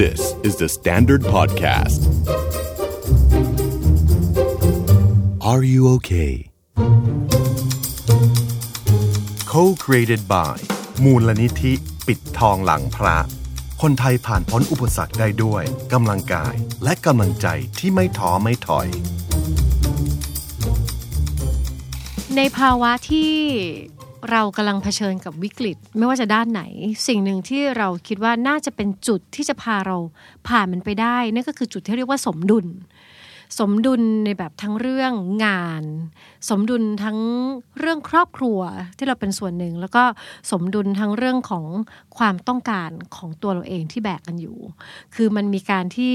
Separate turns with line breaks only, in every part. This is the Standard Podcast. Are you okay?
Co-created by มูลนิธิ ปิดทองหลังพระ คนไทยผ่านพ้นอุปสรรคได้ด้วยกำลังกายและกำลังใจที่ไม่ท้อไม่ถอย
ในภาวะที่เรากำลังเผชิญกับวิกฤต ไม่ว่าจะด้านไหน สิ่งหนึ่งที่เราคิดว่าน่าจะเป็นจุดที่จะพาเราผ่านมันไปได้ นั่นก็คือจุดที่เรียกว่าสมดุล สมดุลในแบบทั้งเรื่องงาน สมดุลทั้งเรื่องครอบครัวที่เราเป็นส่วนหนึ่ง แล้วก็สมดุลทั้งเรื่องของความต้องการของตัวเราเองที่แบกกันอยู่ คือมันมีการที่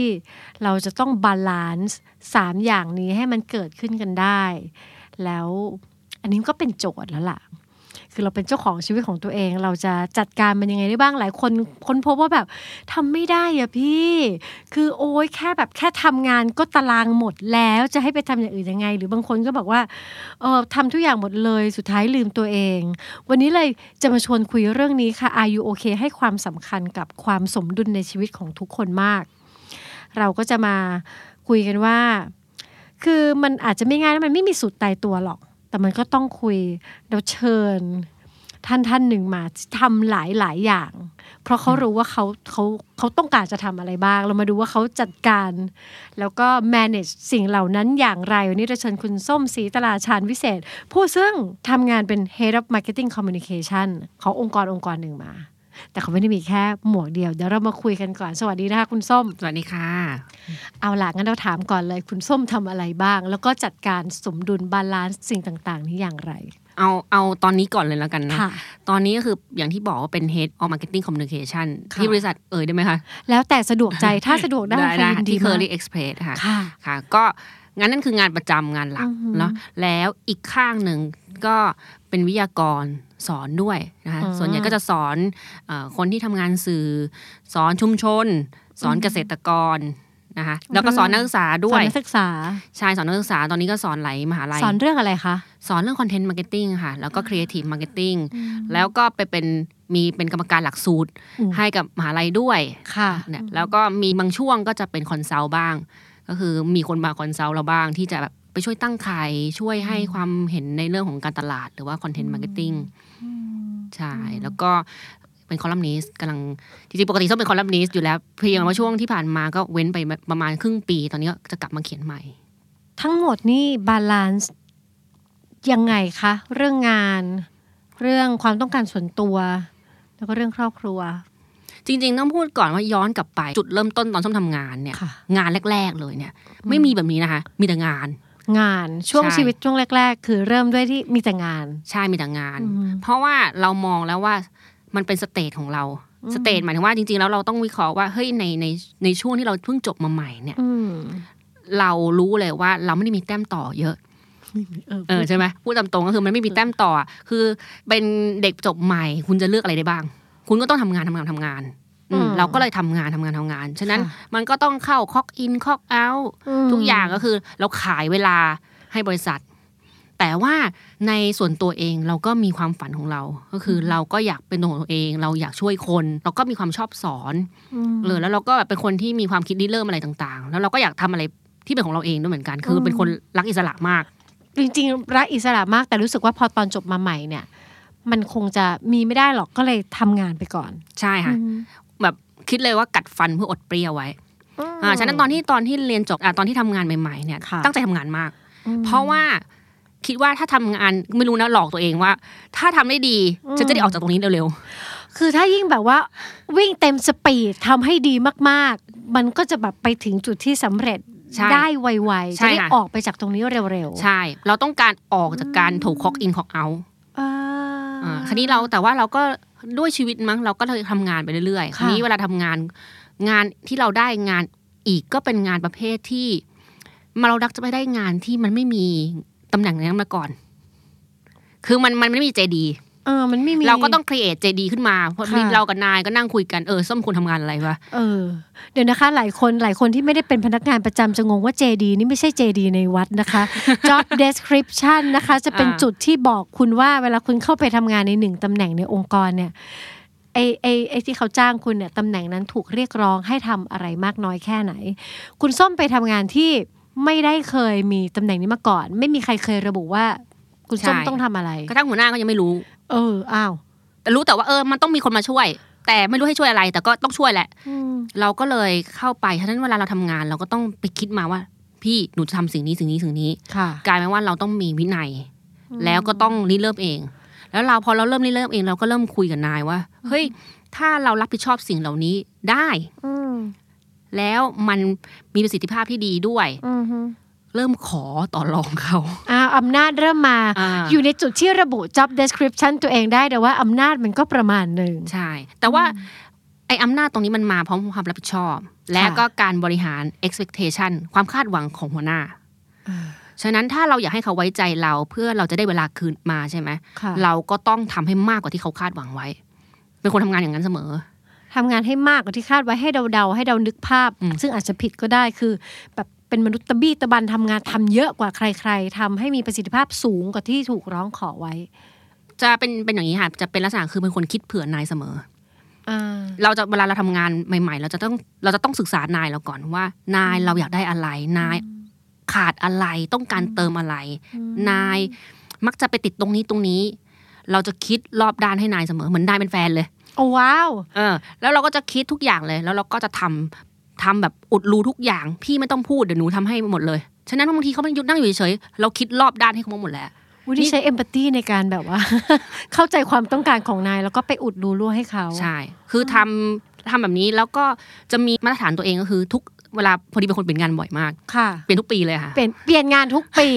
เราจะต้องบาลานซ์สามอย่างนี้ให้มันเกิดขึ้นกันได้ แล้วอันนี้ก็เป็นโจทย์แล้วล่ะ คือเราเป็นเจ้าของชีวิตของตัวเอง เราจะจัดการมันยังไงได้บ้างหลายคนค้นพบว่าแบบทำไม่ได้อะพี่ คือโอ้ยแค่แบบแค่ทำงานก็ตารางหมดแล้วจะให้ไปทำอย่างอื่นยังไง หรือบางคนก็บอกว่าเออทำทุกอย่างหมดเลยสุดท้ายลืมตัวเอง วันนี้เลยจะมาชวนคุยเรื่องนี้ค่ะ Are you okay ให้ความสำคัญกับความสมดุลในชีวิตของทุกคนมาก เราก็จะมาคุยกันว่า คือมันอาจจะไม่ง่ายนะมันไม่มีสูตรตายตัวหรอก แต่มันก็ต้องคุยเราเชิญ ท่านท่านหนึ่งมาทำหลายหลายอย่าง เพราะเขารู้ว่าเขาเขาเขาต้องการจะทำอะไรบ้าง เรามาดูว่าเขาจัดการ แล้วก็ manage สิ่งเหล่านั้นอย่างไร วันนี้เราเชิญคุณส้มสีตลาชาญวิเศษ ผู้ซึ่งทำงานเป็น head of marketing communication ขององค์กรองค์กรหนึ่งมา แต่เขาไม่ได้มีแค่หมวกเดียว เดี๋ยวเรามาคุยกันก่อนสวัสดีนะคะคุณส้ม
สวัสดีค่ะ
เอาล่ะงั้นเราถามก่อนเลยคุณส้มทำอะไรบ้าง แล้วก็จัดการสมดุลบาลานซ์สิ่งต่าง ๆ นี้อย่างไร
เอาเอาตอนนี้ก่อนเลยแล้วกันนะ
ค่ะ
ตอนนี้ก็คืออย่างที่บอกว่าเป็น Head of Marketing Communication
ค่ะ
ที่บริษัทเอ่ยได้ไหมคะ
แล้วแต่สะดวกใจถ้าสะดวกได้ค่ะยินดี
ที่
มาก
Curly Express ค่ะ
ค่ะ
ค่ะ ก็งานนั้นคืองานประจำงานหลัก
อือหือ
เนาะแล้วอีกข้างหนึ่งก็เป็นวิทยากรสอนด้วยนะคะ
อ๋อ
ส่วนใหญ่ก็จะสอนเออคนที่ทำงานสื่อ สอนชุมชน สอน
อืม
เกษตรกรนะคะแล้วก็สอนนักศึกษาด้
ส
ว
อน
ย
นักศึกษา
ใช่สอนนักศึกษาตอนนี้ก็สอนไหลายมหาลัย
สอนเรื่องอะไรคะ
สอนเรื่องคอนเทนต์มาร์เก็ตติ้งค่ะ แล้วก็ครีเอทีฟมาร์เก็ตติ้งแล้วก็ไปเป็นมีเป็นกรรมการหลักสูตร
อืม
ให้กับมหาลัยด้วย
ค่ะ
เนี่ยแล้วก็มีบางช่วงก็จะเป็นคอนซัลท์บ้าง ก็คือมีคนมาคอนซัลท์เราบ้างที่จะแบบไปช่วยตั้งขายช่วยให้ความเห็นในเรื่องของการตลาด หรือว่าคอนเทนต์มาร์เก็ตติ้งใช่แล้วก็เป็นคอลัมนิสต์กำลังจริงๆปกติต้องเป็นคอลัมนิสต์อยู่แล้วเพียงแต่ว่าช่วงที่ผ่านมาก็เว้นไปประมาณครึ่งปี ตอนนี้ก็จะกลับมาเขียนใหม่
ทั้งหมดนี่บาลานซ์ยังไงคะ เรื่องงาน เรื่องความต้องการส่วนตัว แล้วก็เรื่องครอบครัว
จริงๆต้องพูดก่อนว่าย้อนกลับไปจุดเริ่มต้นตอนส้มทำงานเนี่ย
ค่ะ
งานแรก ๆ เลยเนี่ย ไม่มีแบบนี้นะคะ มีแต่งาน
งานช่วง
ใช่
ชีวิตช่วงแรก ๆ คือเริ่มด้วยที่มีแต่งาน
ใช่มีแต่งาน
อืม
เพราะว่าเรามองแล้วว่ามันเป็นสเตจของเรา
อืม
สเตจหมายถึงว่าจริง ๆ แล้วเราต้องวิเคราะห์ว่าเฮ้ยในในในช่วงที่เราเพิ่งจบมาใหม่เนี่ย
อืม
เรารู้เลยว่าเราไม่ได้มีแต้มต่อเยอะ
เออ
เออใช่ไหมพูดตามตรงก็คือมันไม่มีแต้มต่ออะคือเป็นเด็กจบใหม่ คุณจะเลือกอะไรได้บ้าง คุณก็ต้องทำงานทำงานทำงานอืมเราก็เลยทำงานทำงานทำงาน ฉะนั้นมันก็ต้องเข้าคอกอินคอกเอาท์
ม
ทุกอย่างก็คือเราขายเวลาให้บริษัท แต่ว่าในส่วนตัวเองเราก็มีความฝันของเรา ก็คือเราก็อยากเป็นตัวของตัวเอง เราอยากช่วยคน เราก็มีความชอบสอนเออแล้วเราก็แบบเป็นคนที่มีความคิดริเริ่มอะไรต่างๆ แล้วเราก็อยากทำอะไรที่เป็นของเราเองด้วยเหมือนกัน คือ
ม
เป็นคนรักอิสระมาก
จริงๆรักอิสระมากแต่รู้สึกว่าพอตอนจบมาใหม่เนี่ย มันคงจะมีไม่ได้หรอกก็เลยทำงานไปก่อน
ใช่ค่ะ แบบคิดเลยว่ากัดฟันเพื่ออดเปรี้ยวไว้อ่าฉะนั้นตอนที่ตอนที่เรียนจบอ่าตอนที่ทำงานใหม่ๆเนี่ย
ค่ะ
ตั้งใจทำงานมาก เพราะว่าคิดว่าถ้าทำงานไม่รู้นะหลอกตัวเองว่า ถ้าทำได้ดี
อืม
ฉันจะได้ออกจากตรงนี้เร็ว
คือถ้ายิ่งแบบว่าวิ่งเต็มสปีดทำให้ดีมากๆ มันก็จะแบบไปถึงจุดที่สำเร็จ
ๆ ใช่
ได้ไวๆ
ใช่
จะได้
ค่ะ
ออกไปจากตรงนี้เร็วๆ
ใช่ เราต้องการออกจากการถูกคอกอินคอกเอา
อ่า
คราวนี้เราแต่ว่าเราก็ด้วยชีวิตมั้งเราก็เลยทำงานไปเรื่อยๆ
ค่ะ
คราวนี้เวลาทำงานงานที่เราได้งานอีกก็เป็นงานประเภทที่มาเราดักจะไปได้งานที่มันไม่มีตำแหน่งนั้นมาก่อน คือมันมันไม่มีเจดี
เออมันไม่มี
เราก็ต้อง create เจดีขึ้นมาเพราะ
ค่ะ
เรากับนายก็นั่งคุยกันเออส้มควรทำงานอะไรวะ
เออเดี๋ยวนะคะ หลายคนหลายคนที่ไม่ได้เป็นพนักงานประจำจะงงว่าเจดีนี่ไม่ใช่เจดีในวัดนะคะ job description นะคะ จะเป็น
อ่า
จุดที่บอกคุณว่าเวลาคุณเข้าไปทำงานในหนึ่งตำแหน่งในองค์กรเนี่ย ไอไอไอที่เขาจ้างคุณเนี่ยตำแหน่งนั้นถูกเรียกร้องให้ทำอะไรมากน้อยแค่ไหน คุณส้มไปทำงานที่ไม่ได้เคยมีตำแหน่งนี้มาก่อน ไม่มีใครเคยระบุว่า คุณส้ม
ใช่
ต้องทำอะไร
กระทั่งหัวหน้าก็ยังไม่รู้
เอออ้าว
แต่รู้แต่ว่าเออมันต้องมีคนมาช่วย แต่ไม่รู้ให้ช่วยอะไร แต่ก็ต้องช่วยแหละ
อืม
เราก็เลยเข้าไปฉะนั้นเวลาเราทำงาน เราก็ต้องไปคิดมาว่า พี่หนูจะทำสิ่งนี้สิ่งนี้สิ่งนี้
ค่ะ
กลายเป็นว่าเราต้องมีวินัย แล้วก็ต้องริเริ่มเอง แล้วเราพอเราเริ่มริเริ่มเองเราก็เริ่มคุยกับนายว่าเฮ้ยถ้าเรารับผิดชอบสิ่งเหล่านี้ได้
อืม
แล้วมันมีประสิทธิภาพที่ดีด้วย
อืมฮึ
เริ่มขอต่อรองเขา
อ้าวอำนาจเริ่มมา
อ่า
อยู่ในจุดที่ระบุ job description ตัวเองได้แต่ว่าอำนาจมันก็ประมาณหนึ่ง
ใช่ แต่ว่าไอ้อำนาจตรงนี้มันมาพร้อมความรับผิดชอบ และก็การบริหาร expectation ความคาดหวังของหัวหน้า ฉะนั้นถ้าเราอยากให้เขาไว้ใจเราเพื่อเราจะได้เวลาคืนมาใช่ไหม
ค่ะ
เราก็ต้องทำให้มากกว่าที่เขาคาดหวังไว้ เป็นคนทำงานอย่างนั้นเสมอ
ทำงานให้มากกว่าที่คาดไว้ให้เดาๆ ให้เดานึกภาพ ซึ่งอาจจะผิดก็ได้คือ แบบเป็นมนุษย์ตะบี้ตะบันทำงานทำเยอะกว่าใครๆทำให้มีประสิทธิภาพสูงกว่าที่ถูกร้องขอไว้
จะเป็นเป็นอย่างนี้ค่ะ จะเป็นลักษณะคือเป็นคนคิดเผื่อนายเสมอ
อ่า
เราจะเวลาเราทำงานใหม่ ๆ เราจะต้องเราจะต้องศึกษานายเราก่อนว่า นายเราอยากได้อะไร นายขาดอะไรต้องการเติมอะไร นายมักจะไปติดตรงนี้ตรงนี้ เราจะคิดรอบด้านให้นายเสมอเหมือนนายเป็นแฟนเลย
โอ้ว้าว
เออ แล้วเราก็จะคิดทุกอย่างเลย แล้วเราก็จะทำทำแบบอุดรูทุกอย่าง พี่ไม่ต้องพูดเดี๋ยวหนูทำให้หมดเลยฉะนั้นบางทีเขาไม่หยุดนั่งอยู่เฉยๆเราคิดรอบด้านให้เขาหมดแล้ว
วุฒิใช้เอมพัตตีในการแบบว่า เข้าใจความต้องการของนายแล้วก็ไปอุดรูรั่วให้เขา
ใช่ คือทำทำแบบนี้แล้วก็จะมีมาตรฐานตัวเองก็คือ ทุกเวลาพอดีเป็นคนเปลี่ยนงานบ่อยมาก
ค่ะ
เปลี่ยนทุกปีเลยค่ะ
เปลี่ยนเปลี่ยนงานทุกปี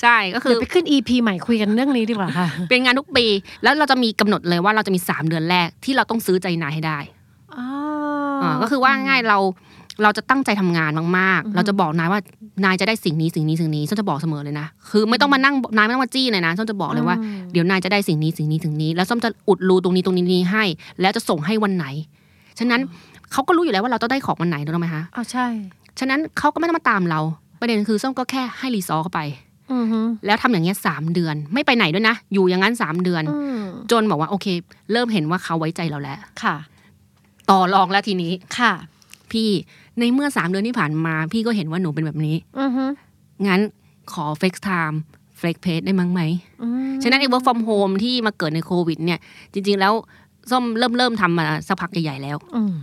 ใช่ก็ คื
เดี๋ย
อ
วไปขึ้น EP ใหม่คุยกันเรื่องนี้ดีกว่าค่ะ
เปลี่ยนงานทุกปี แล้วเราจะมีกำหนดเลยว่าเราจะมี 3 เดือนแรกที่เราต้องซื้อใจนายให้ได้
อ๋อ
อ่าก็คือว่าง่ายเราเราจะตั้งใจทำงานมากๆ เราจะบอกนายว่านายจะได้สิ่งนี้สิ่งนี้สิ่งนี้ฉันจะบอกเสมอเลยนะคือไม่ต้องมานั่งนายไม่ต้องมาจี้เลยนะฉันจะบอกเลยว่าเดี๋ยวนายจะได้สิ่งนี้สิ่งนี้สิ่งนี้ แล้วส้มจะอุดรูตรงนี้ตรงนี้นี้ให้ แล้วจะส่งให้วันไหน ฉะนั้นเขาก็รู้อยู่แล้วว่าเราต้องได้ของวันไหนถูกไหมคะ
อ๋อใช่
ฉะนั้นเขาก็ไม่ต้องมาตามเรา ประเด็นคือส้มก็แค่ให้รีซอร์เข้าไป
อือฮึ
แล้วทำอย่างเงี้ยสามเดือน ไม่ไปไหนด้วยนะ อยู่อย่างนั้นสามเดือน
อืม
จนบอกว่าโอเค เริ่มเห็นว่าเขาไว้ใจเราแล้ว
ค่ะ
ต่อรองแล้วทีนี้
ค่ะ
พี่ในเมื่อสามเดือนที่ผ่านมา พี่ก็เห็นว่าหนูเป็นแบบนี้
อือฮึ
งั้นขอเฟกไทม์เฟกเพจได้มั้งไหม
อืม
ฉะนั้นไอ้ work from home ที่มาเกิดในโควิด เนี่ย จริง ๆ แล้วส้มเริ่มเริ่มทำมาสักพักใหญ่ๆแล้ว
อืม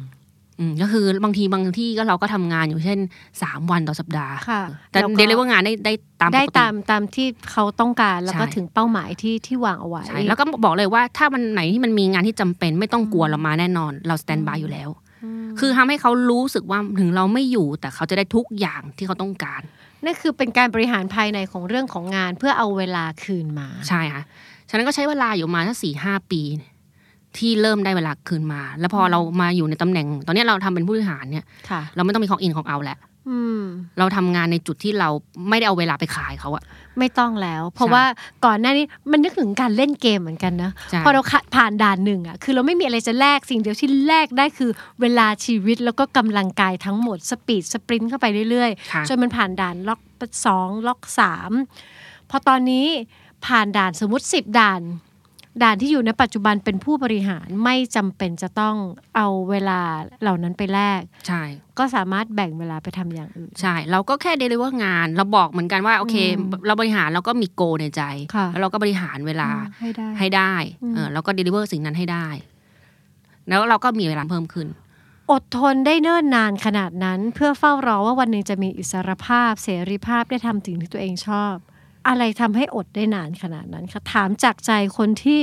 อืมก็คือบางทีบางที่ก็เราก็ทำงานอยู่เช่นสามวันต่อสัปดาห์
ค่ะ
แต่
แล้วก็
เดลิเวอร์งานได้ได้ตามปกติ
ได้ตามตามที่เขาต้องการแล้วก็
ใช่
ถึงเป้าหมายที่ที่วางเอาไว้
ใช่แล้วก็บอกเลยว่าถ้ามันไหนที่มันมีงานที่จำเป็นไม่ต้องกลัวเรามาแน่นอน เราสแตนบายอยู่แล้ว คือทำให้เขารู้สึกว่าถึงเราไม่อยู่แต่เขาจะได้ทุกอย่างที่เขาต้องการ
นั่นคือเป็นการบริหารภายในของเรื่องของงานเพื่อเอาเวลาคืนมา
ใช่ค่ะฉะนั้นก็ใช้เวลาอยู่มาสักสี่ห้าปี ที่เริ่มได้เวลาคืนมา แล้วพอเรามาอยู่ในตำแหน่ง ตอนเนี้ยเราทำเป็นผู้บริหารเนี่ย
ค่ะ
เราไม่ต้องมีของอินของเอาแหละ
อืม
เราทำงานในจุดที่เราไม่ได้เอาเวลาไปขายเขาอะ
ไม่ต้องแล้ว เพราะ
ใช่
ว่าก่อนหน้านี้มันนึกถึงการเล่นเกมเหมือนกันนะ
ใช่
พอเราขะผ่านด่านหนึ่งอ่ะคือเราไม่มีอะไรจะแลกสิ่งเดียวที่แลกได้คือเวลาชีวิตแล้วก็กำลังกายทั้งหมดสปีดสปรินต์เข้าไปเรื่อย ๆ
ค่ะ
จนมันผ่านด่านล็อกสองล็อกสามพอตอนนี้ผ่านด่านสมมติสิบด่าน ด่านที่อยู่ในปัจจุบันเป็นผู้บริหารไม่จำเป็นจะต้องเอาเวลาเหล่านั้นไปแลก
ใช่
ก็สามารถแบ่งเวลาไปทำอย่างอื่น
ใช่ เราก็แค่เดลิเวอร์งาน เราบอกเหมือนกันว่าโอเค
อืม
เราบริหารเราก็มีโกในใจ
ค่ะ
แล้วเราก็บริหารเวลา
ให้ได้
ให้ได้
อืม
เออแล้วก็เดลิเวอร์สิ่งนั้นให้ได้ แล้วเราก็มีเวลาเพิ่มขึ้น
อดทนได้เนิ่นนานขนาดนั้น เพื่อเฝ้ารอว่าวันหนึ่งจะมีอิสรภาพ เสรีภาพได้ทำสิ่งที่ตัวเองชอบ อะไรทำให้อดได้นานขนาดนั้นคะถามจากใจคนที่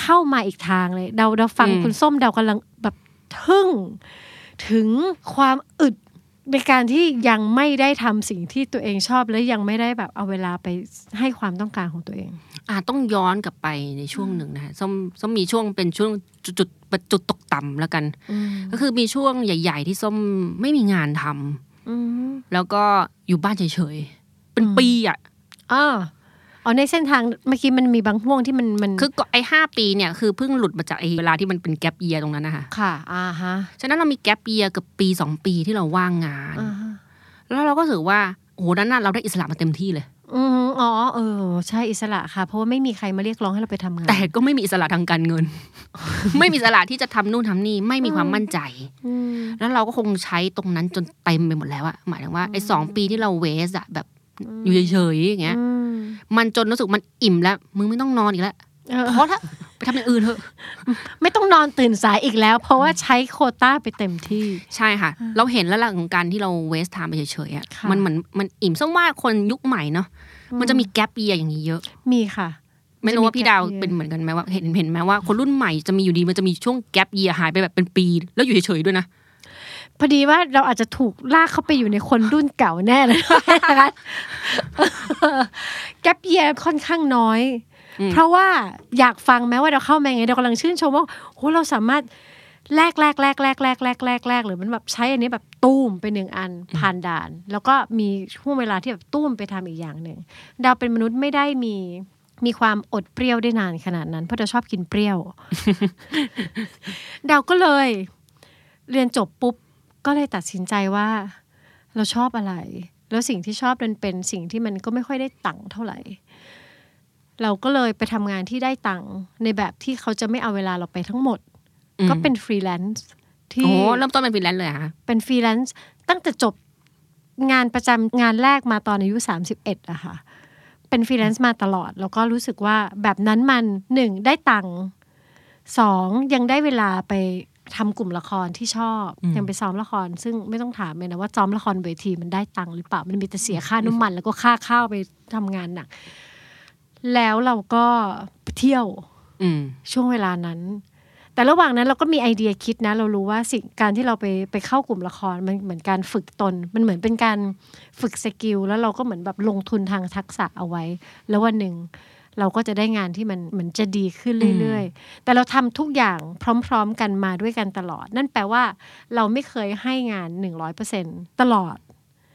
เข้ามาอีกทางเลยเดาเดาฟัง
อืม
คุณส้มเดากำลังแบบทึ่ง ถึงความอึดในการที่ยังไม่ได้ทำสิ่งที่ตัวเองชอบ และยังไม่ได้แบบเอาเวลาไปให้ความต้องการของตัวเอง
อาจต้องย้อนกลับไปในช่วงหนึ่งนะคะส้มส้มมีช่วงเป็นช่วงจุดจุดจุดตกต่ำแล้วกัน ก็คือมีช่วงใหญ่ ๆ ที่ส้มไม่มีงานทำ
อืม
แล้วก็อยู่บ้านเฉยๆ เป็นปีอ่ะ
อ๋ออ๋อในเส้นทางเมื่อกี้มันมีบางห่วงที่มันมัน
คือก่อนไอ้ห้าปีเนี่ยคือเพิ่งหลุดมาจากไอ้เวลาที่มันเป็นแกลบเยียตรงนั้นนะคะ
ค่ะ อ่าฮะ
ฉะนั้นเรามีแกลบเยียเกับปีสองปีที่เราว่างงาน แล้วเราก็รู้สึกว่าโอ้โหนั้นน่ะเราได้อิสระมาเต็มที่เลย
อืม อ๋อเออ ใช่อิสระค่ะ เพราะว่าไม่มีใครมาเรียกร้องให้เราไปทำงาน
แต่ก็ไม่มีอิสระทางการ เงิน ไม่มีอิสระที่จะทำนู่นทำนี่ไม่มีความมั่นใจ
อืม
แล้วเราก็คงใช้ตรงนั้นจนเต็มไปหมดแล้วอะหมายถึงว่าไอ้สองปีที่เราเวสอะแบบอยู่เฉยๆอย่างเงี้ย
อืม
มันจนรู้สึกมันอิ่มแล้ว มึงไม่ต้องนอนอีกแล้ว
เออ
เพราะถ้าไปทำอย่างอื่นเถอะ
ไม่ต้องนอนตื่นสายอีกแล้ว เพราะว่าใช้โควต้าไปเต็มที่
ใช่ค่ะ เราเห็นแล้วล่ะของการที่เราเวสไทม์ไปเฉยๆอะ
ค่ะ
มันเหมือนมันอิ่มส้มว่าคนยุคใหม่เนาะมันจะมีแกปเ e ียอย่างนี้เยอะ
มีค่ะ
ไม่รู้ว่าพี่ดาว
gap year
เป็นเหมือนกันไหมว่าเห็นเห็นไหมว่าคนรุ่นใหม่จะมีอยู่ดีมันจะมีช่วงแกปเ e ียหายไปแบบเป็นปี แล้วอยู่เฉยๆด้วยนะ
พอดีว่าเราอาจจะถูกลากเข้าไปอยู่ในคนรุ่นเก่าแน่เลยนะคะแกปเยียค่อนข้างน้อย
อืม
เพราะว่าอยากฟังแม้ว่าเราเข้ามาไงเรากำลังชื่นชมว่าโหเราสามารถแลกแลกแลกแลกแลกแลกแลกแลกหรือมันแบบใช้อันนี้แบบตุ้มไปหนึ่งอันผ่านด่าน แล้วก็มีช่วงเวลาที่แบบตุ้มไปทำอีกอย่างหนึ่งดาวเป็นมนุษย์ไม่ได้มีมีความอดเปรี้ยวได้นานขนาดนั้นเพราะเราชอบกินเปรี้ยว ดาวก็เลย เรียนจบปุ๊บก็เลยตัดสินใจว่า เราชอบอะไร แล้วสิ่งที่ชอบมันเป็นสิ่งที่มันก็ไม่ค่อยได้ตังค์เท่าไหร่ เราก็เลยไปทำงานที่ได้ตังค์ในแบบที่เขาจะไม่เอาเวลาเราไปทั้งหมด
อืม
ก็เป็นฟรีแลนซ์ที่
โอ้เริ่มต้นเป็นฟรีแลนซ์เลยเหรอค่ะ
เป็นฟรีแลนซ์ตั้งแต่จบงานประจำงานแรกมาตอนอายุ 31อะค่ะ เป็นฟรีแลนซ์มาตลอด แล้วก็รู้สึกว่าแบบนั้นมันหนึ่งได้ตังค์สองยังได้เวลาไปทำกลุ่มละครที่ชอบ
อืม
ยังไปซ้อมละคร ซึ่งไม่ต้องถามเลยนะว่าซ้อมละครเวทีมันได้ตังค์หรือเปล่า มันมีแต่เสียค่าน้ำมัน แล้วก็ค่าข้าวไปทำงานหนัก แล้วเราก็ไปเที่ยว
อืม
ช่วงเวลานั้น แต่ระหว่างนั้นเราก็มีไอเดียคิดนะ เรารู้ว่าสิ่งการที่เราไปไปเข้ากลุ่มละครมันเหมือนการฝึกตน มันเหมือนเป็นการฝึกสกิลแล้วเราก็เหมือนแบบลงทุนทางทักษะเอาไว้ แล้ววันหนึ่งเราก็จะได้งานที่มันเหมือนจะดีขึ้นเรื่อยๆ แต่เราทำทุกอย่างพร้อมๆกันมาด้วยกันตลอด นั่นแปลว่าเราไม่เคยให้งาน 100%ตลอด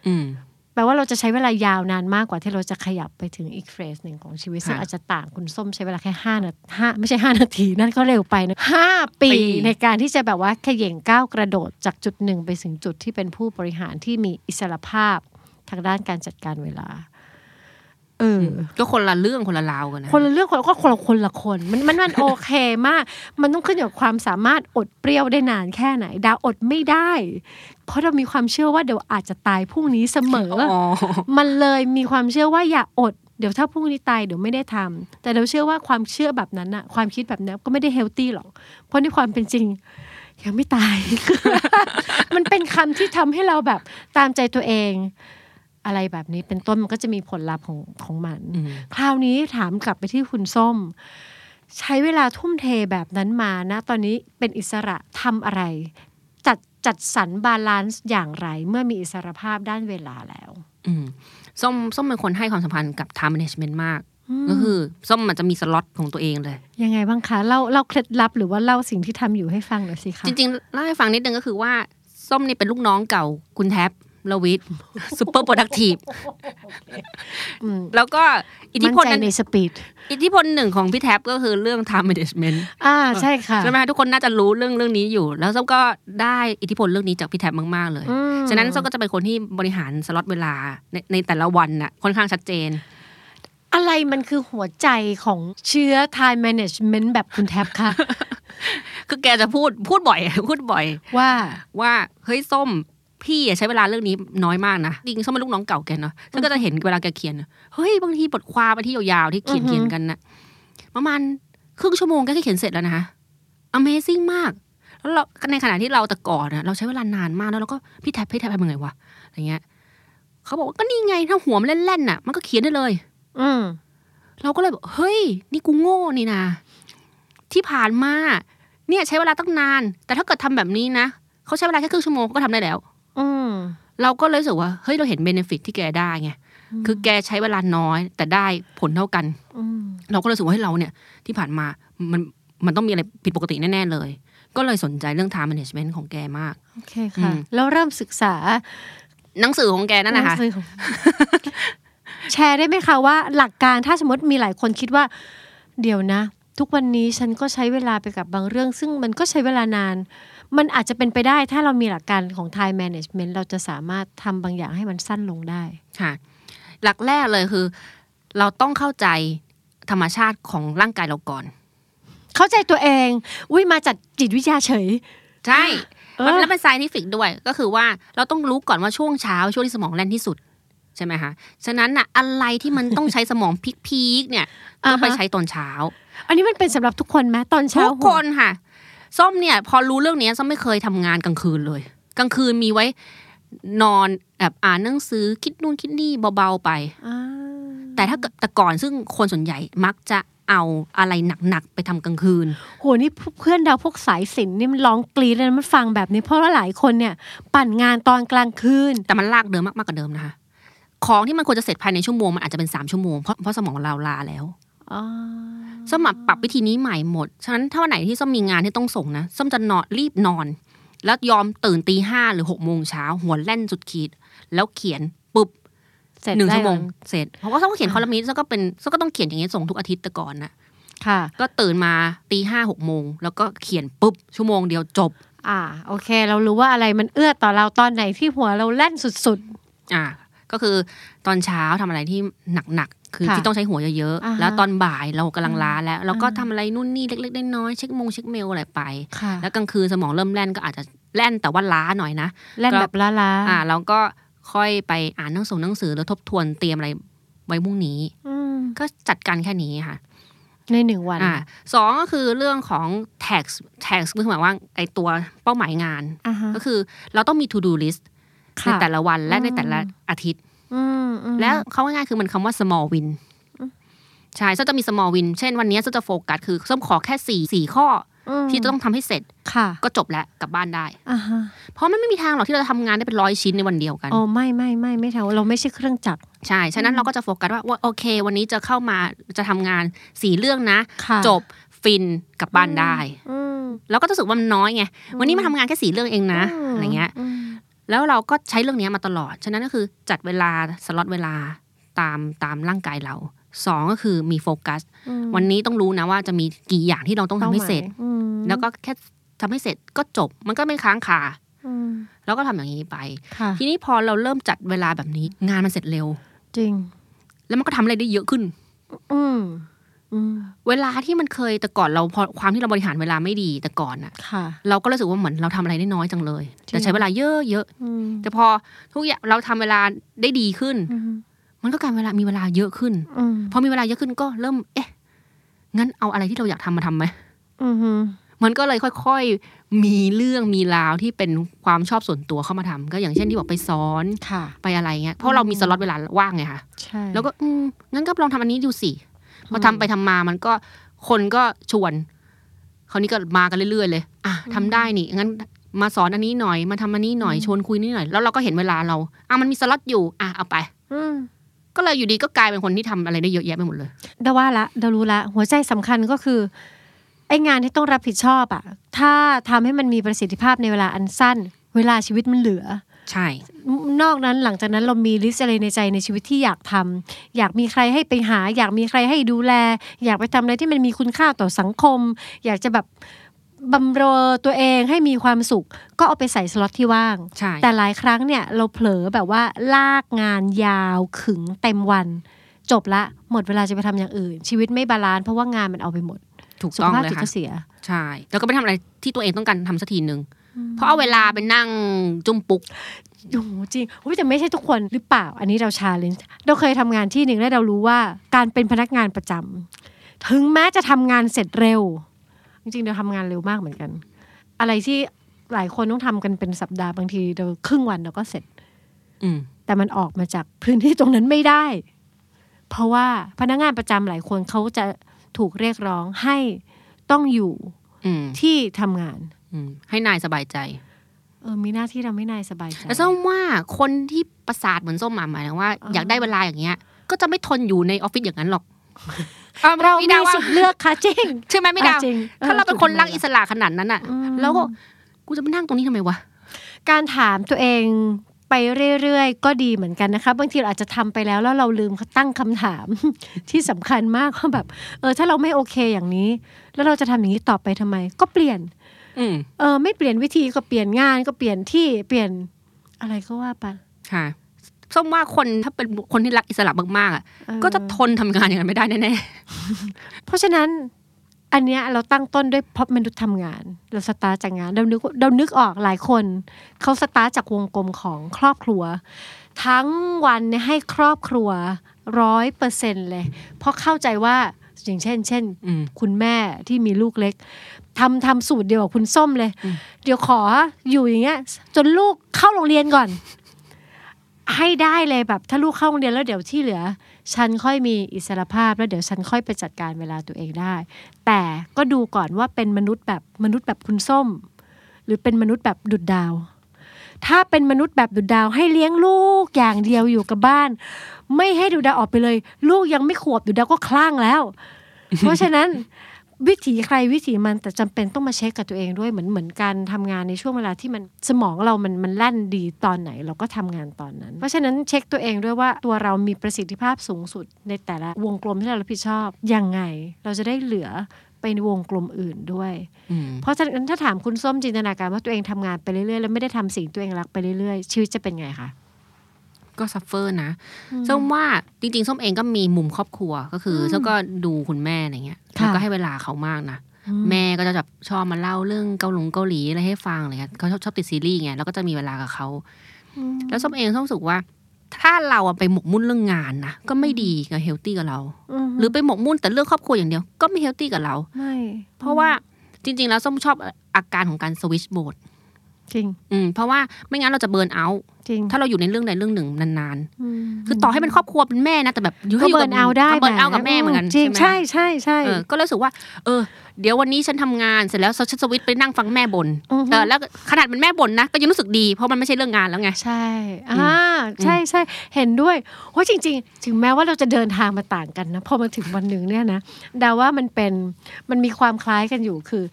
อืม
แปลว่าเราจะใช้เวลายาวนานมากกว่าที่เราจะขยับไปถึงอีกเฟสหนึ่งของชีวิตซึ่ง
ค่ะ
อาจจะต่างคุณส้มใช้เวลาแค่ห้านาทีห้าไม่ใช่ห้านาที นั่นก็เร็วไปนะห้าปี
ปี
ในการที่จะแบบว่าเขย่งก้าวกระโดดจากจุดหนึ่งไปถึงจุดที่เป็นผู้บริหารที่มีอิสรภาพทางด้านการจัดการเวลา เอออ
ก็คนละเรื่องคนละราวกันนะ
คนละเรื่องคนละก็คนละคนละคนมันมันมันโอเคมาก มันต้องขึ้นอยู่กับความสามารถอดเปรี้ยวได้นานแค่ไหน ดาวอดไม่ได้ เพราะเรามีความเชื่อว่าเดี๋ยวอาจจะตายพรุ่งนี้เสมอ
อ๋อ
มันเลยมีความเชื่อว่าอย่าอด เดี๋ยวถ้าพรุ่งนี้ตายเดี๋ยวไม่ได้ทำแต่เราเชื่อว่าความเชื่อแบบนั้นอะความคิดแบบนั้นก็ไม่ได้เฮลตี้หรอก เพราะในความเป็นจริง ยังไม่ตาย มันเป็นคำที่ทำให้เราแบบตามใจตัวเอง อะไรแบบนี้เป็นต้นมันก็จะมีผลลัพธ์ของของมัน
อืม
คราวนี้ถามกลับไปที่คุณส้ม ใช้เวลาทุ่มเทแบบนั้นมานะ ตอนนี้เป็นอิสระทำอะไร จัดจัดสรรบาลานซ์อย่างไร เมื่อมีอิสรภาพด้านเวลาแล้ว
อืมส้มส้มเป็นคนให้ความสำคัญกับ time management มาก ก็คือส้มมันจะมีสล็อตของตัวเองเลย
ยังไงบ้างคะเล่าเล่าเคล็ดลับหรือว่าเล่าสิ่งที่ทำอยู่ให้ฟังหน่อยสิคะ
จริงๆเล่าให้ฟังนิดนึงก็คือว่า ส้มนี่เป็นลูกน้องเก่าคุณแท็บลวิ ทซูเปอร์โปรดักทีฟ
อืม
แล้วก็อิทธิ
มั่น
พล
ใจ
นั้น
ในสปีด
อิทธิพลหนึ่งของพี่แท็บก็คือเรื่อง time management
อ่าใช่ค่ะ
ใช่ไหมคะทุกคนน่าจะรู้เรื่องเรื่องนี้อยู่ แล้วส้มก็ได้อิทธิพลเรื่องนี้จากพี่แท็บมากๆเลย
อืม
ฉะนั้นส้มก็จะเป็นคนที่บริหารสล็อตเวลาในในแต่ละวันน่ะค่อนข้างชัดเจน
อะไรมันคือหัวใจของเชื้อ time management แบบคุณแท็บ คะ
คือแกจะพูดพูดบ่อย พูดบ่อย
ว่า
ว่าเฮ้ยส้มพี่อะใช้เวลาเรื่องนี้น้อยมากนะจริงส้มเป็นลูกน้องเก่าแกเนาะฉันก็จะเห็นเวลาแกเขียนอะเฮ้ยบางทีบทความบางที่ยาวๆที่เขียน
อือฮึ
เขียนกันน่ะประมาณครึ่งชั่วโมงแกก็เขียนเสร็จแล้วนะคะ Amazing มาก แล้วเราในขณะที่เราแต่ก่อนอะเราใช้เวลานานมากแล้วเราก็พี่แท็บพี่แท็บทำยังไงวะอะไรเงี้ยเขาบอกว่าก็นี่ไงถ้าหัวมันเล่นๆน่ะ มันก็เขียนได้เลย
อืม
เราก็เลยบอกเฮ้ย นี่กูโง่นี่นะ ที่ผ่านมาเนี่ยใช้เวลาตั้งนาน แต่ถ้าเกิดทำแบบนี้นะเขาใช้เวลาแค่ครึ่งชั่วโมงเขาก็ทำได้แล้ว
อืม
เราก็เลยรู้สึกว่าเฮ้ยเราเห็นเบนฟิตที่แกได้ไงคือแกใช้เวลาน้อย แต่ได้ผลเท่ากัน
อืม
เราก็เลยรู้สึกว่าให้ยเราเนี่ย ที่ผ่านมามันมันต้องมีอะไรผิดปกติแน่ ๆ เลย ก็เลยสนใจเรื่อง time management ของแกมาก
โอเคค่ะ
อืม
แล้วเริ่มศึกษา
หนังสือของแกนั่นแหละค่ะ
หงสือของ แชร์ได้ไหมคะว่า หลักการถ้าสมมติมีหลายคนคิดว่า เดี๋ยวนะ ทุกวันนี้ฉันก็ใช้เวลาไปกับบางเรื่อง ซึ่งมันก็ใช้เวลานาน มันอาจจะเป็นไปได้ถ้าเรามีหลักการของ time management เราจะสามารถทำบางอย่างให้มันสั้นลงได้
ค่ะหลักแรกเลยคือ เราต้องเข้าใจธรรมชาติของร่างกายเราก่อน
เข้าใจตัวเองอุ้ยมาจัดจิตวิทยาเฉย
ใช่
เออ
มันแล้วเป็น scientific ด้วยก็คือว่าเราต้องรู้ก่อนว่าช่วงเช้าช่วงที่สมองแล่นที่สุดใช่ไหมคะฉะนั้นน่ะอะไรที่มันต้องใช้สมองพีกๆเนี่ยก็ไปใช้ตอนเช้า
อันนี้มันเป็นสำหรับทุกคนไหมตอนเช้า
ทุกคนค่ะ ส้มเนี่ย พอรู้เรื่องเนี้ยส้มไม่เคยทำงานกลางคืนเลย กลางคืนมีไว้นอนแบบอ่านหนังสือคิดนู่นคิดนี่เบาๆไป
อ่า
แต่ถ้าเกิดแต่ก่อนซึ่งคนส่วนใหญ่มักจะเอาอะไรหนักๆไปทำกลางคืน
โหนี่เพื่อนดาวพวกสายสินนี่มันร้องกรีดเลยนะมันฟังแบบนี้ เพราะว่าหลายคนเนี่ย ปั่นงานตอนกลางคืน
แต่มันลากเดินมากมากกว่าเดิมนะคะ ของที่มันควรจะเสร็จภายในชั่วโมงมันอาจจะเป็นสามชั่วโมงเพราะเพราะสมองเราลาแล้ว
อ๋อ
ส้มอะปรับวิธีนี้ใหม่หมด ฉะนั้นถ้าวันไหนที่ส้มมีงานที่ต้องส่งนะ ส้มจะนอนรีบนอน แล้วยอมตื่นตีห้าหรือหกโมงเช้าหัวแล่นจุดขีด แล้วเขียนปุ๊บ
เสร็จ
หนึ่ง
ได้
ชั่วโมง
แล้
เสร็จ เพราะว่าส้มก็เขียนคอลัมนิสต์ส้มก็เป็นส้มก็ต้องเขียนอย่างนี้ยส่งทุกอาทิตย์แต่ก่อนนะ
ค่ะ
ก็ตื่นมาตีห้าหกโมงแล้วก็เขียนปุ๊บชั่วโมงเดียวจบ
อ่า โอเค เรารู้ว่าอะไรมันเอื้อต่อเราตอนไหนที่หัวเราแล่นสุด
อ่ะก็คือตอนเช้าทำอะไรที่หนักๆ คือ
ค่ะ
ที่ต้องใช้หัวเยอะ
อ่าฮะ
ๆ แล้วตอนบ่ายเรากำลังล้าแล้ว เราก็
อ่า
ทำอะไรนู่นนี่เล็กๆน้อยๆเช็คมงเช็คเมลอะไรไป
ๆ ค่ะ
แล้วกลางคืนสมองเริ่มแล่นก็อาจจะแล่นแต่ว่าล้าหน่อยนะ
แล่นแบบล้าล้า
อ่าเราก็ค่อยไปอ่านหนังสือหนังสือแล้วทบทวนเตรียมอะไรไว้พรุ่งนี้ ก็จัดการแค่นี้ค่ะ
ในหนึ่งวัน
อ่าสองก็คือเรื่องของ tax tax คือหมายว่าไอตัวเป้าหมายงาน
อ่าฮะ
ก็คือเราต้องมี to do list
ค่ะ
ในแต่ละวันและในแต่ละอาทิตย์
อืมอืม
แล้วเขาง่ายๆคือมันคำว่า small win ใช่ส้มจะมี small win เช่นวันนี้ส้มจะโฟกัสคือส้มขอแค่สี่สี่ข้อ
อื
อ
ม
ที่จะต้องทำให้เสร็จ
ค่ะ
ก็จบแล้วกลับบ้านได้
อ่าฮะ
เพราะมันไม่มีทางหรอกที่เราจะทำงานได้เป็นร้อยชิ้นในวันเดียวกัน
อ๋อไม่ไม่ไม่ไม่แถวเราไม่ใช่เครื่องจักร
ใช่ ฉะนั้นเราก็จะโฟกัสว่าว่าโอเค วันนี้จะเข้ามาจะทำงานสี่เรื่องนะ
ค่ะ
จบฟินกลับบ้านได้
อืม
แล้วก็จะรู้สึกว่ามันน้อยไงวันนี้มาทำงานแค่สี่เรื่องเองนะ
อืม
อะไรเงี้ย
อืม
แล้วเราก็ใช้เรื่องเนี้ยมาตลอด ฉะนั้นก็คือจัดเวลาสล็อตเวลาตามตามร่างกายเราสองก็คือมีโฟกัส
อืม
วันนี้ต้องรู้นะว่าจะมีกี่อย่างที่เราต้องทำให้เสร็จ
ป้าายอืม
แล้วก็แค่ทำให้เสร็จก็จบ มันก็ไม่ค้างคา
อืม
แล้วก็ทำอย่างนี้ไป
ค่ะ
ทีนี้พอเราเริ่มจัดเวลาแบบนี้ งานมันเสร็จเร็ว
จริง
แล้วมันก็ทำอะไรได้เยอะขึ้น
อืมอืม
เวลาที่มันเคยแต่ก่อนเราพอความที่เราบริหารเวลาไม่ดีแต่ก่อนอะ
ค่ะ
เราก็รู้สึกว่าเหมือนเราทำอะไรได้น้อยจังเลย แต่ใช้เวลาเยอะเยอะ
อืม
ๆแต่พอทุกอย่างเราทำเวลาได้ดีขึ้น
อืม
มันก็กลายเป็นเวลามีเวลาเยอะขึ้น
อืม
พอมีเวลาเยอะขึ้นก็เริ่ม เอ๊ะ งั้นเอาอะไรที่เราอยากทำมาทำไหม
อืม
มันก็เลยค่อยๆ มีเรื่องมีราวที่เป็นความชอบส่วนตัวเข้ามาทำก็อย่างเช่นที่บอกไปสอน
ค่ะ
ไปอะไรเงี้ย เพราะเรามีสล็อตเวลาว่างไงคะ
ใช่
แล้วก็อืมงั้นก็ลองทำอันนี้ดูสิ พอทำไปทำมามันก็คนก็ชวน คราวนี้ก็มากันเรื่อยๆ เลย อ่ะทำได้นี่ งั้นมาสอนอันนี้หน่อยมาทำอันนี้หน่อยชวนคุยนี่หน่อย แล้วเราก็เห็นเวลาเราอ่ะมันมีสล็อตอยู่ อ่ะเอาไป
อืม
ก็เลยอยู่ดีก็กลายเป็นคนที่ทำอะไรได้เยอะแยะไปหมดเลย
เดาว่าละเดารู้ละ หัวใจสำคัญก็คือ ไองานที่ต้องรับผิดชอบอะถ้าทำให้มันมีประสิทธิภาพในเวลาอันสั้น เวลาชีวิตมันเหลือ
ใช่
นอกนั้นหลังจากนั้นเรามีลิสต์อะไรในใจในชีวิตที่อยากทำอยากมีใครให้ไปหา อยากมีใครให้ดูแล อยากไปทำอะไรที่มันมีคุณค่าต่อสังคม อยากจะแบบบำเรอตัวเองให้มีความสุข ก็เอาไปใส่สล็อตที่ว่าง
ใช่
แต่หลายครั้งเนี่ยเราเผลอแบบว่าลากงานยาวขึงเต็มวัน จบละหมดเวลาจะไปทำอย่างอื่น ชีวิตไม่บาลานซ์เพราะว่างานมันเอาไปหมด
ถูก
สุข
ต้อง
ภาพ
เลย
จิต
ค่ะ
ก็เสีย
ใช่ แล้วก็ไปทำอะไรที่ตัวเองต้องการทำสักทีหนึ่งเพราะเอาเวลาไปนั่งจุ่มปุก
โอ้โหจริงอุ๊ยแต่ไม่ใช่ทุกคนหรือเปล่า อันนี้เราชาเลนจ์เราเคยทำงานที่หนึ่งและเรารู้ว่าการเป็นพนักงานประจำถึงแม้จะทำงานเสร็จเร็ว จริงๆเราทำงานเร็วมากเหมือนกัน อะไรที่หลายคนต้องทำกันเป็นสัปดาห์บางทีเราครึ่งวันเราก็เสร็จ
อืม
แต่มันออกมาจากพื้นที่ตรงนั้นไม่ได้ เพราะว่าพนักงานประจำหลายคนเขาจะถูกเรียกร้องให้ต้องอยู่
อืม
ที่ทำงาน
อืมให้นายสบายใจ
เออมีหน้าที่ทำให้นายสบายใจ
แต่ส้มว่าคนที่ประสาทเหมือนส้มอะหมายถึงว่า อยากได้เวลาอย่างเงี้ย ก็จะไม่ทนอยู่ในออฟฟิศอย่างนั้นหรอก
เรามี
พี่ดาวว่า
สุดเลือกค่ะจริง
ใช่ไหมไม่ดาว
อ่ะจริง
ถ้าเราเป็นคนรักอิสระขนาดนั้นอะ
อืม
แล้วก็กูจะมานั่งตรงนี้ทำไมวะ
การถามตัวเองไปเรื่อยๆ ก็ดีเหมือนกันนะคะ บางทีเราอาจจะทำไปแล้วแล้วเราลืมตั้งคำถาม ที่สำคัญมากว่าแบบ เออ ถ้าเราไม่โอเคอย่างนี้ แล้วเราจะทำอย่างนี้ต่อไปทำไม ก็เปลี่ยน
อืม
เออ ไม่เปลี่ยนวิธีก็เปลี่ยนงานก็เปลี่ยนที่เปลี่ยนอะไรก็ว่าไป
ค่ะ ส้มว่าคนถ้าเป็นคนที่รักอิสระมากๆอ่ะ
เออ
ก็จะทนทำงานอย่างนั้นไม่ได้แน่
เพราะฉะนั้นอันเนี้ยเราตั้งต้นด้วยเพราะมนุษย์ทำงาน เราสตาร์ทจากงานเรานึกเรานึกออกหลายคน เขาสตาร์ทจากวงกลมของครอบครัว ทั้งวันเนี่ยให้ครอบครัวร้อยเปอร์เซ็นเลย เพราะเข้าใจว่าอย่างเช่น เช่น
ๆอืม
คุณแม่ที่มีลูกเล็กทำทำสูตรเดียวกับคุณส้มเลย
อืม
เดี๋ยวขออยู่อย่างเงี้ย จนลูกเข้าโรงเรียนก่อน ให้ได้เลยแบบ ถ้าลูกเข้าโรงเรียนแล้วเดี๋ยวที่เหลือ ฉันค่อยมีอิสรภาพแล้วเดี๋ยวฉันค่อยไปจัดการเวลาตัวเองได้ แต่ก็ดูก่อนว่าเป็นมนุษย์แบบมนุษย์แบบคุณส้ม หรือเป็นมนุษย์แบบดุดดาว ถ้าเป็นมนุษย์แบบดุดดาวให้เลี้ยงลูกอย่างเดียวอยู่กับบ้าน ไม่ให้ดุดดาวออกไปเลย ลูกยังไม่ขวบดุดดาวก็คลั่งแล้ว เพราะฉะนั้นวิถีใครวิถีมันแต่จำเป็นต้องมาเช็คกับตัวเองด้วยเหมือนเหมือนการทำงานในช่วงเวลาที่มันสมองเรามันมันแล่นดีตอนไหนเราก็ทำงานตอนนั้น เพราะฉะนั้นเช็คตัวเองด้วยว่าตัวเรามีประสิทธิภาพสูงสุดในแต่ละวงกลมที่เรารับผิดชอบยังไง เราจะได้เหลือไปในวงกลมอื่นด้วย
อืม
เพราะฉะนั้นถ้าถามคุณส้มจินตนาการว่าตัวเองทำงานไปเรื่อยๆแล้วไม่ได้ทำสิ่งตัวเองรักไปเรื่อยๆชีวิตจะเป็นไงคะ
ก็ซัฟเฟอร์นะส้มว่าจริงๆส้มเองก็มีมุมครอบครัวก็คือส้มก็ดูคุณแม่อะไรเงี้ยแล้วก็ให้เวลาเขามากนะ
อื
แม่ก็จะแบบชอบมาเล่าเรื่องเกาหลงเกาหลีอะไรให้ฟังอะไรเงี้ยเขาชอบชอบติดซีรีส์ไงแล้วก็จะมีเวลากับเขา
อืม
แล้วส้มเองส้มรู้สึกว่า ถ้าเราอะไปหมกมุ่นเรื่องงานนะก็ไม่ดีกับเฮลตี้กับเรา
ม
หรือไปหมกมุ่นแต่เรื่องครอบครัวอย่างเดียวก็ไม่เฮลตี้กับเรา
ไม่
เพราะว่าจริง ๆ แล้วส้มชอบอาการของการสวิตชโบด
จริง
อืมเพราะว่าไม่งั้นเราจะเบิร์นเอาท์
จริง
ถ้าเราอยู่ในเรื่องใดเรื่องหนึ่งนาน
ม
ๆ คือต่อให้เป็นครอบครัวเป็นแม่นะแต่แบบยู่
ก็
ให้ยู่
เบิร์นเอาท์ได้
ก็เบิร์นเอาท์
ห
กับแม่เหมือนกัน
จริง
ไหม
ใช่ใช่ใช่
เออก็รู้สึกว่า เออ เดี๋ยววันนี้ฉันทำงานเสร็จแล้วฉันสวิตช์ไปนั่งฟังแม่บน่น
อือฮึ
เออแล้วขนาดมันแม่บ่นนะ ก็ยังรู้สึกดีเพราะมันไม่ใช่เรื่องงานแล้วไง
ใช่อ่าใช่ใช่เห็นด้วยโอ้ยจริง ๆ ถึงแม้ว่าเราจะเดินทางมาต่างกันนะพอมาถึงวันหนึ่งเนี่ยนะเดาว่ามันเป็นมันมีความคล้ายกันอยู่คือ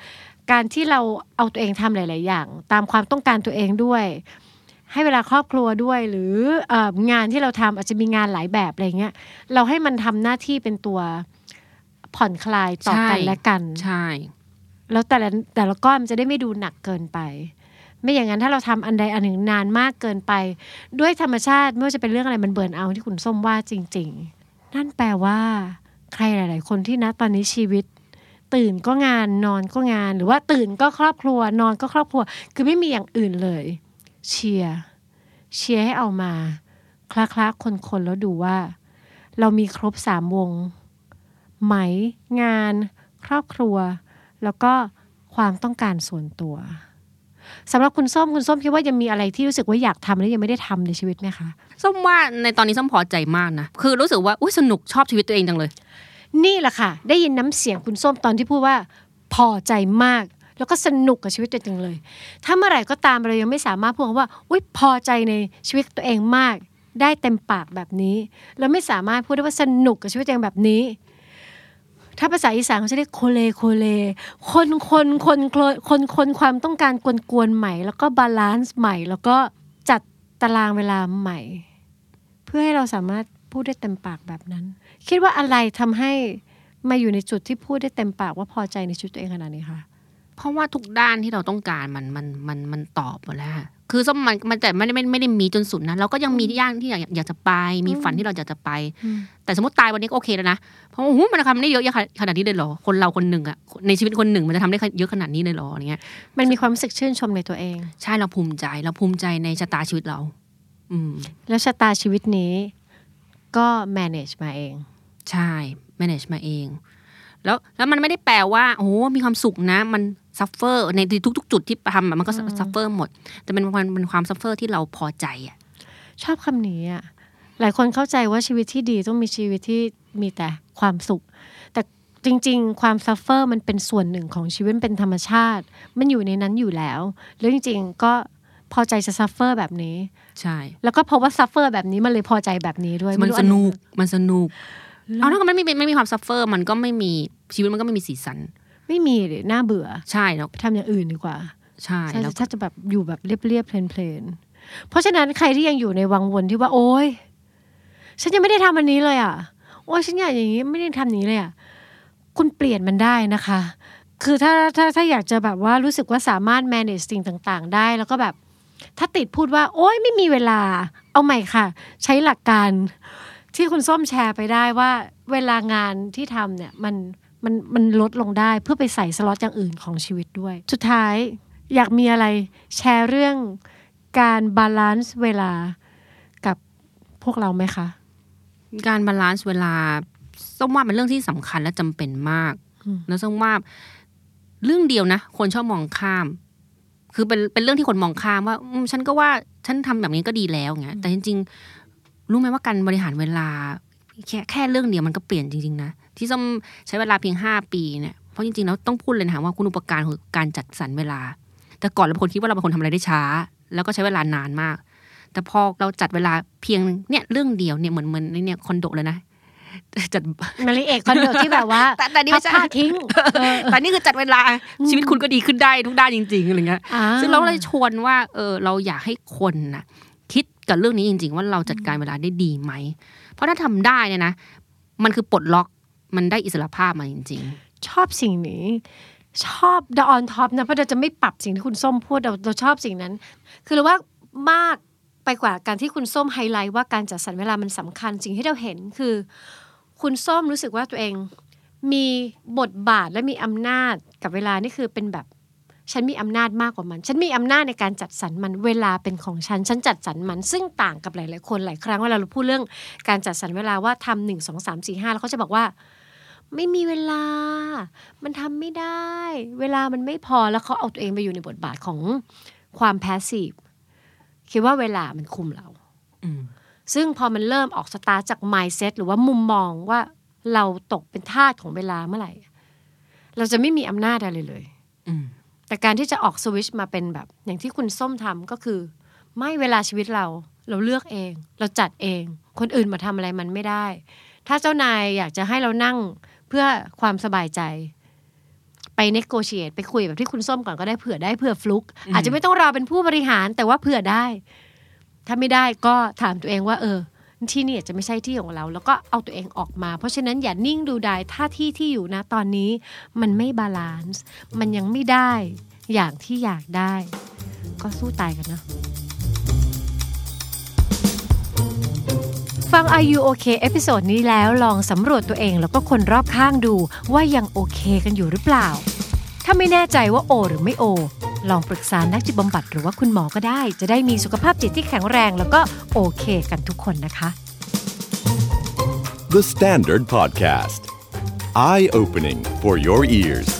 การที่เราเอาตัวเองทำหลาย ๆ อย่าง ตามความต้องการตัวเองด้วย ให้เวลาครอบครัวด้วย หรือเอ่องานที่เราทำอาจจะมีงานหลายแบบอะไรเงี้ยเราให้มันทำหน้าที่เป็นตัวผ่อนคลายต่อกัน
ใช่
และกัน
ใช่
แล้วแต่ละแต่ละก้อนมันจะได้ไม่ดูหนักเกินไป ไม่อย่างนั้นถ้าเราทำอันใดอันหนึ่งนานมากเกินไป ด้วยธรรมชาติไม่ว่าจะเป็นเรื่องอะไรมันเบิร์นเอาท์ที่คุณส้มว่าจริง ๆ นั่นแปลว่า ใครหลาย ๆ คนที่นะตอนนี้ชีวิต ตื่นก็งานนอนก็งาน หรือว่าตื่นก็ครอบครัวนอนก็ครอบครัว คือไม่มีอย่างอื่นเลย เชียร์เชียร์ให้เอามาคละคละคนคนๆแล้วดูว่า เรามีครบสามวง ไหมงาน ครอบครัว แล้วก็ความต้องการส่วนตัวสำหรับคุณส้มคุณส้มคิดว่ายังมีอะไรที่รู้สึกว่าอยากทำและยังไม่ได้ทำในชีวิตไหมคะ
ส้มว่าในตอนนี้ส้มพอใจมากนะ คือรู้สึกว่าอุ้ยสนุกชอบชีวิตตัวเองจังเลย
นี่แหละค่ะ ได้ยินน้ำเสียงคุณส้มตอนที่พูดว่า พอใจมาก แล้วก็สนุกกับชีวิตตัวเองจังเลย ถ้าเมื่อไหร่ก็ตามเรายังไม่สามารถพูดคำว่าอุ้ยพอใจในชีวิตตัวเองมาก ได้เต็มปากแบบนี้เราไม่สามารถพูดได้ว่าสนุกกับชีวิตตัวเองแบบนี้ ถ้าภาษาอีสานเขาจะเรียกโคเลโคเล คนคนคนคนคนคนความต้องการกวนกวนๆใหม่ แล้วก็บาลานซ์ใหม่ แล้วก็จัดตารางเวลาใหม่ เพื่อให้เราสามารถพูดได้เต็มปากแบบนั้น คิดว่าอะไรทำให้มาอยู่ในจุดที่พูดได้เต็มปากว่าพอใจในชีวิตตัวเองขนาดนี้คะ
เพราะว่าทุกด้านที่เราต้องการมันมันมันมันตอบหมดแล้วอะคือส้มมันมันแต่ไม่ได้ไม่ไม่ได้มีจนสุดนะเราก็ยังมีย่างที่อยากอยากจะไป มีฝันที่เราอยากจะไป แต่สมมติตายวันนี้ก็โอเคแล้วนะเพราะว่าโอ้โหมันทำได้เยอะแยะขนาดนี้เลยเหรอคนเราคนหนึ่งอะในชีวิตคนหนึ่งมันจะทำได้เยอะขนาดนี้เลยเหรออะไรเงี้ย
มันมีความรู้สึกชื่นชมในตัวเอง
ใช่เราภูมิใจเราภูมิใจในชะตาชีวิตเรา อืม
แล้วชะตาชีวิตนี้ก็ manage มาเอง
ใช่ manage มาเอง แล้วแล้วมันไม่ได้แปลว่าโอ้โหมีความสุขนะ มัน suffer ในทุกๆ จุดที่ทำอะมันก็ suffer หมด แต่มันมันมันความ suffer ที่เราพอใจอ่ะ
ชอบคำนี้อ่ะหลายคนเข้าใจว่าชีวิตที่ดีต้องมีชีวิตที่มีแต่ความสุข แต่จริง ๆ ความซัฟเฟอร์มันเป็นส่วนหนึ่งของชีวิตมันเป็นธรรมชาติ มันอยู่ในนั้นอยู่แล้วแล้วจริง ๆ ก็พอใจจะซัฟเฟอร์แบบนี้
ใช่
แล้วก็เพราะว่าซัฟเฟอร์แบบนี้มันเลยพอใจแบบนี้ด้วย
มัน
ไรู้
ส
อั
นุกมันสนุกเอาถ้ามันไม่มีไม่มีความ suffer มันก็ไม่มีชีวิตมันก็ไม่มีสีสัน
ไม่มีหรือน่าเบื่อ
ใช่แล้ว
ไปทำอย่างอื่นดีกว่า
ใช่
ใช่
แล้ว
ถ้าจะแบบอยู่แบบเรียบๆเพลนๆ เพราะฉะนั้นใครที่ยังอยู่ในวังวนที่ว่า โอ๊ยฉันยังไม่ได้ทำอันนี้เลยอ่ะ โอ๊ยฉันอยากอย่างนี้ไม่ได้ทำอย่างนี้เลยอ่ะคุณเปลี่ยนมันได้นะคะ คือถ้าถ้าถ้าอยากจะแบบว่ารู้สึกว่าสามารถ manage สิ่งต่าง ๆ ได้ แล้วก็แบบ ถ้าติดพูดว่า โอ๊ยไม่มีเวลา เอาใหม่ค่ะ ใช้หลักการ ที่คุณส้มแชร์ไปได้ว่า เวลางานที่ทำเนี่ยมันมันมันลดลงได้เพื่อไปใส่สล็อตอย่างอื่นของชีวิตด้วย สุดท้ายอยากมีอะไรแชร์เรื่องการบาลานซ์เวลากับพวกเราไหมคะ
การบาลานซ์เวลาส้มว่าเป็นเรื่องที่สำคัญและจำเป็นมาก
อืม
แล้วส้มว่าเรื่องเดียวนะ คนชอบมองข้าม คือเป็นเป็นเรื่องที่คนมองข้ามว่าอืมฉันก็ว่าฉันทำแบบนี้ก็ดีแล้วอย่างเงี้ยแต่จริง ๆ รู้ไหมว่าการบริหารเวลา แค่แค่เรื่องเดียวมันก็เปลี่ยนจริง ๆ นะ ที่ส้มใช้เวลาเพียงห้าปีเนี่ยเพราะจริงๆแล้วต้องพูดเลยนะคะว่าคุณอุปการคือการจัดสรรเวลา แต่ก่อนเราเป็นคนคิดว่าเราเป็นคนทำอะไรได้ช้า แล้วก็ใช้เวลานานมาก แต่พอเราจัดเวลาเพียงเนี่ยเรื่องเดียวเนี่ยเหมือนเหมือนในเนี่ยคอนโดเลยนะ จัด
มาริเอกคอนโดที่แบบว่า
แต่แต่นี่ไม่ใช่
พับ ผ้าทิ้งเออ
แต่นี่คือจัดเวลาชีวิตคุณก็ดีขึ้นได้ทุกด้านจริงๆอะไรเงี้ย
อ่า
ซึ่งเราเลยชวนว่าเออเราอยากให้คนนะคิดกับเรื่องนี้จริง ๆ ว่าเราจัดการเวลาได้ดีไหม เพราะถ้าทำได้เนี่ยนะ มันคือปลดล็อกมันได้อิสรภาพมาจริง
ชอบสิ่งนี้ ชอบดอ n ท็อปนะเพราะเราจะไม่ปรับสิ่งที่คุณส้มพูดเราเราชอบสิ่งนั้น คือเราว่ามากไปกว่าการที่คุณส้มไฮไลท์ว่าการจัดสรรเวลามันสำคัญสิ่งที่เราเห็นคือ คุณส้มรู้สึกว่าตัวเอง มีบทบาทและมีอำนาจกับเวลานี่คือเป็นแบบ ฉันมีอำนาจมากกว่ามัน ฉันมีอำนาจในการจัดสรรมันเวลาเป็นของฉัน ฉันจัดสรรมันซึ่งต่างกับหลาย ๆ คนหลายครั้งเวลาเราพูดเรื่องการจัดสรรเวลาว่าทำหนึ่งสองสามสี่ห้าแล้วเขาจะบอกว่า ไม่มีเวลา มันทำไม่ได้ เวลามันไม่พอแล้วเขาเอาตัวเองไปอยู่ในบทบาทของความแพสซีฟคิดว่าเวลามันคุมเรา
อืม
ซึ่งพอมันเริ่มออกสตาร์ทจาก mindset หรือว่ามุมมองว่าเราตกเป็นทาสของเวลาเมื่อไหร่ เราจะไม่มีอำนาจอะไรเลย
ๆ อืม
แต่การที่จะออกสวิตชมาเป็นแบบ อย่างที่คุณส้มทำก็คือ ไม่เวลาชีวิตเรา เราเลือกเอง เราจัดเอง คนอื่นมาทำอะไรมันไม่ได้ ถ้าเจ้านายอยากจะให้เรานั่งเพื่อความสบายใจ ไปเนโกเชียตไปคุยแบบที่คุณส้มก่อนก็ได้เผื่อได้เผื่อฟลุก อาจจะไม่ต้องรอเป็นผู้บริหารแต่ว่าเผื่อได้ ถ้าไม่ได้ก็ถามตัวเองว่า เออ ที่นี่อาจจะไม่ใช่ที่ของเรา แล้วก็เอาตัวเองออกมา เพราะฉะนั้นอย่านิ่งดูดายถ้าที่ที่อยู่นะตอนนี้ มันไม่บาลานซ์มันยังไม่ได้ อย่างที่อยากได้ ก็สู้ตายกันนะ ฟัง Are You Okay เอพิโซดนี้แล้วลองสำรวจตัวเองแล้วก็คนรอบข้างดูว่ายังโอเคกันอยู่หรือเปล่า ถ้าไม่แน่ใจว่าโอ หรือไม่โอ ลองปรึกษานักจิตบำบัดหรือว่าคุณหมอก็ได้ จะได้มีสุขภาพจิตที่แข็งแรง แล้วก็โอเคกันทุกคนนะคะ
The Standard Podcast. Eye opening for your ears.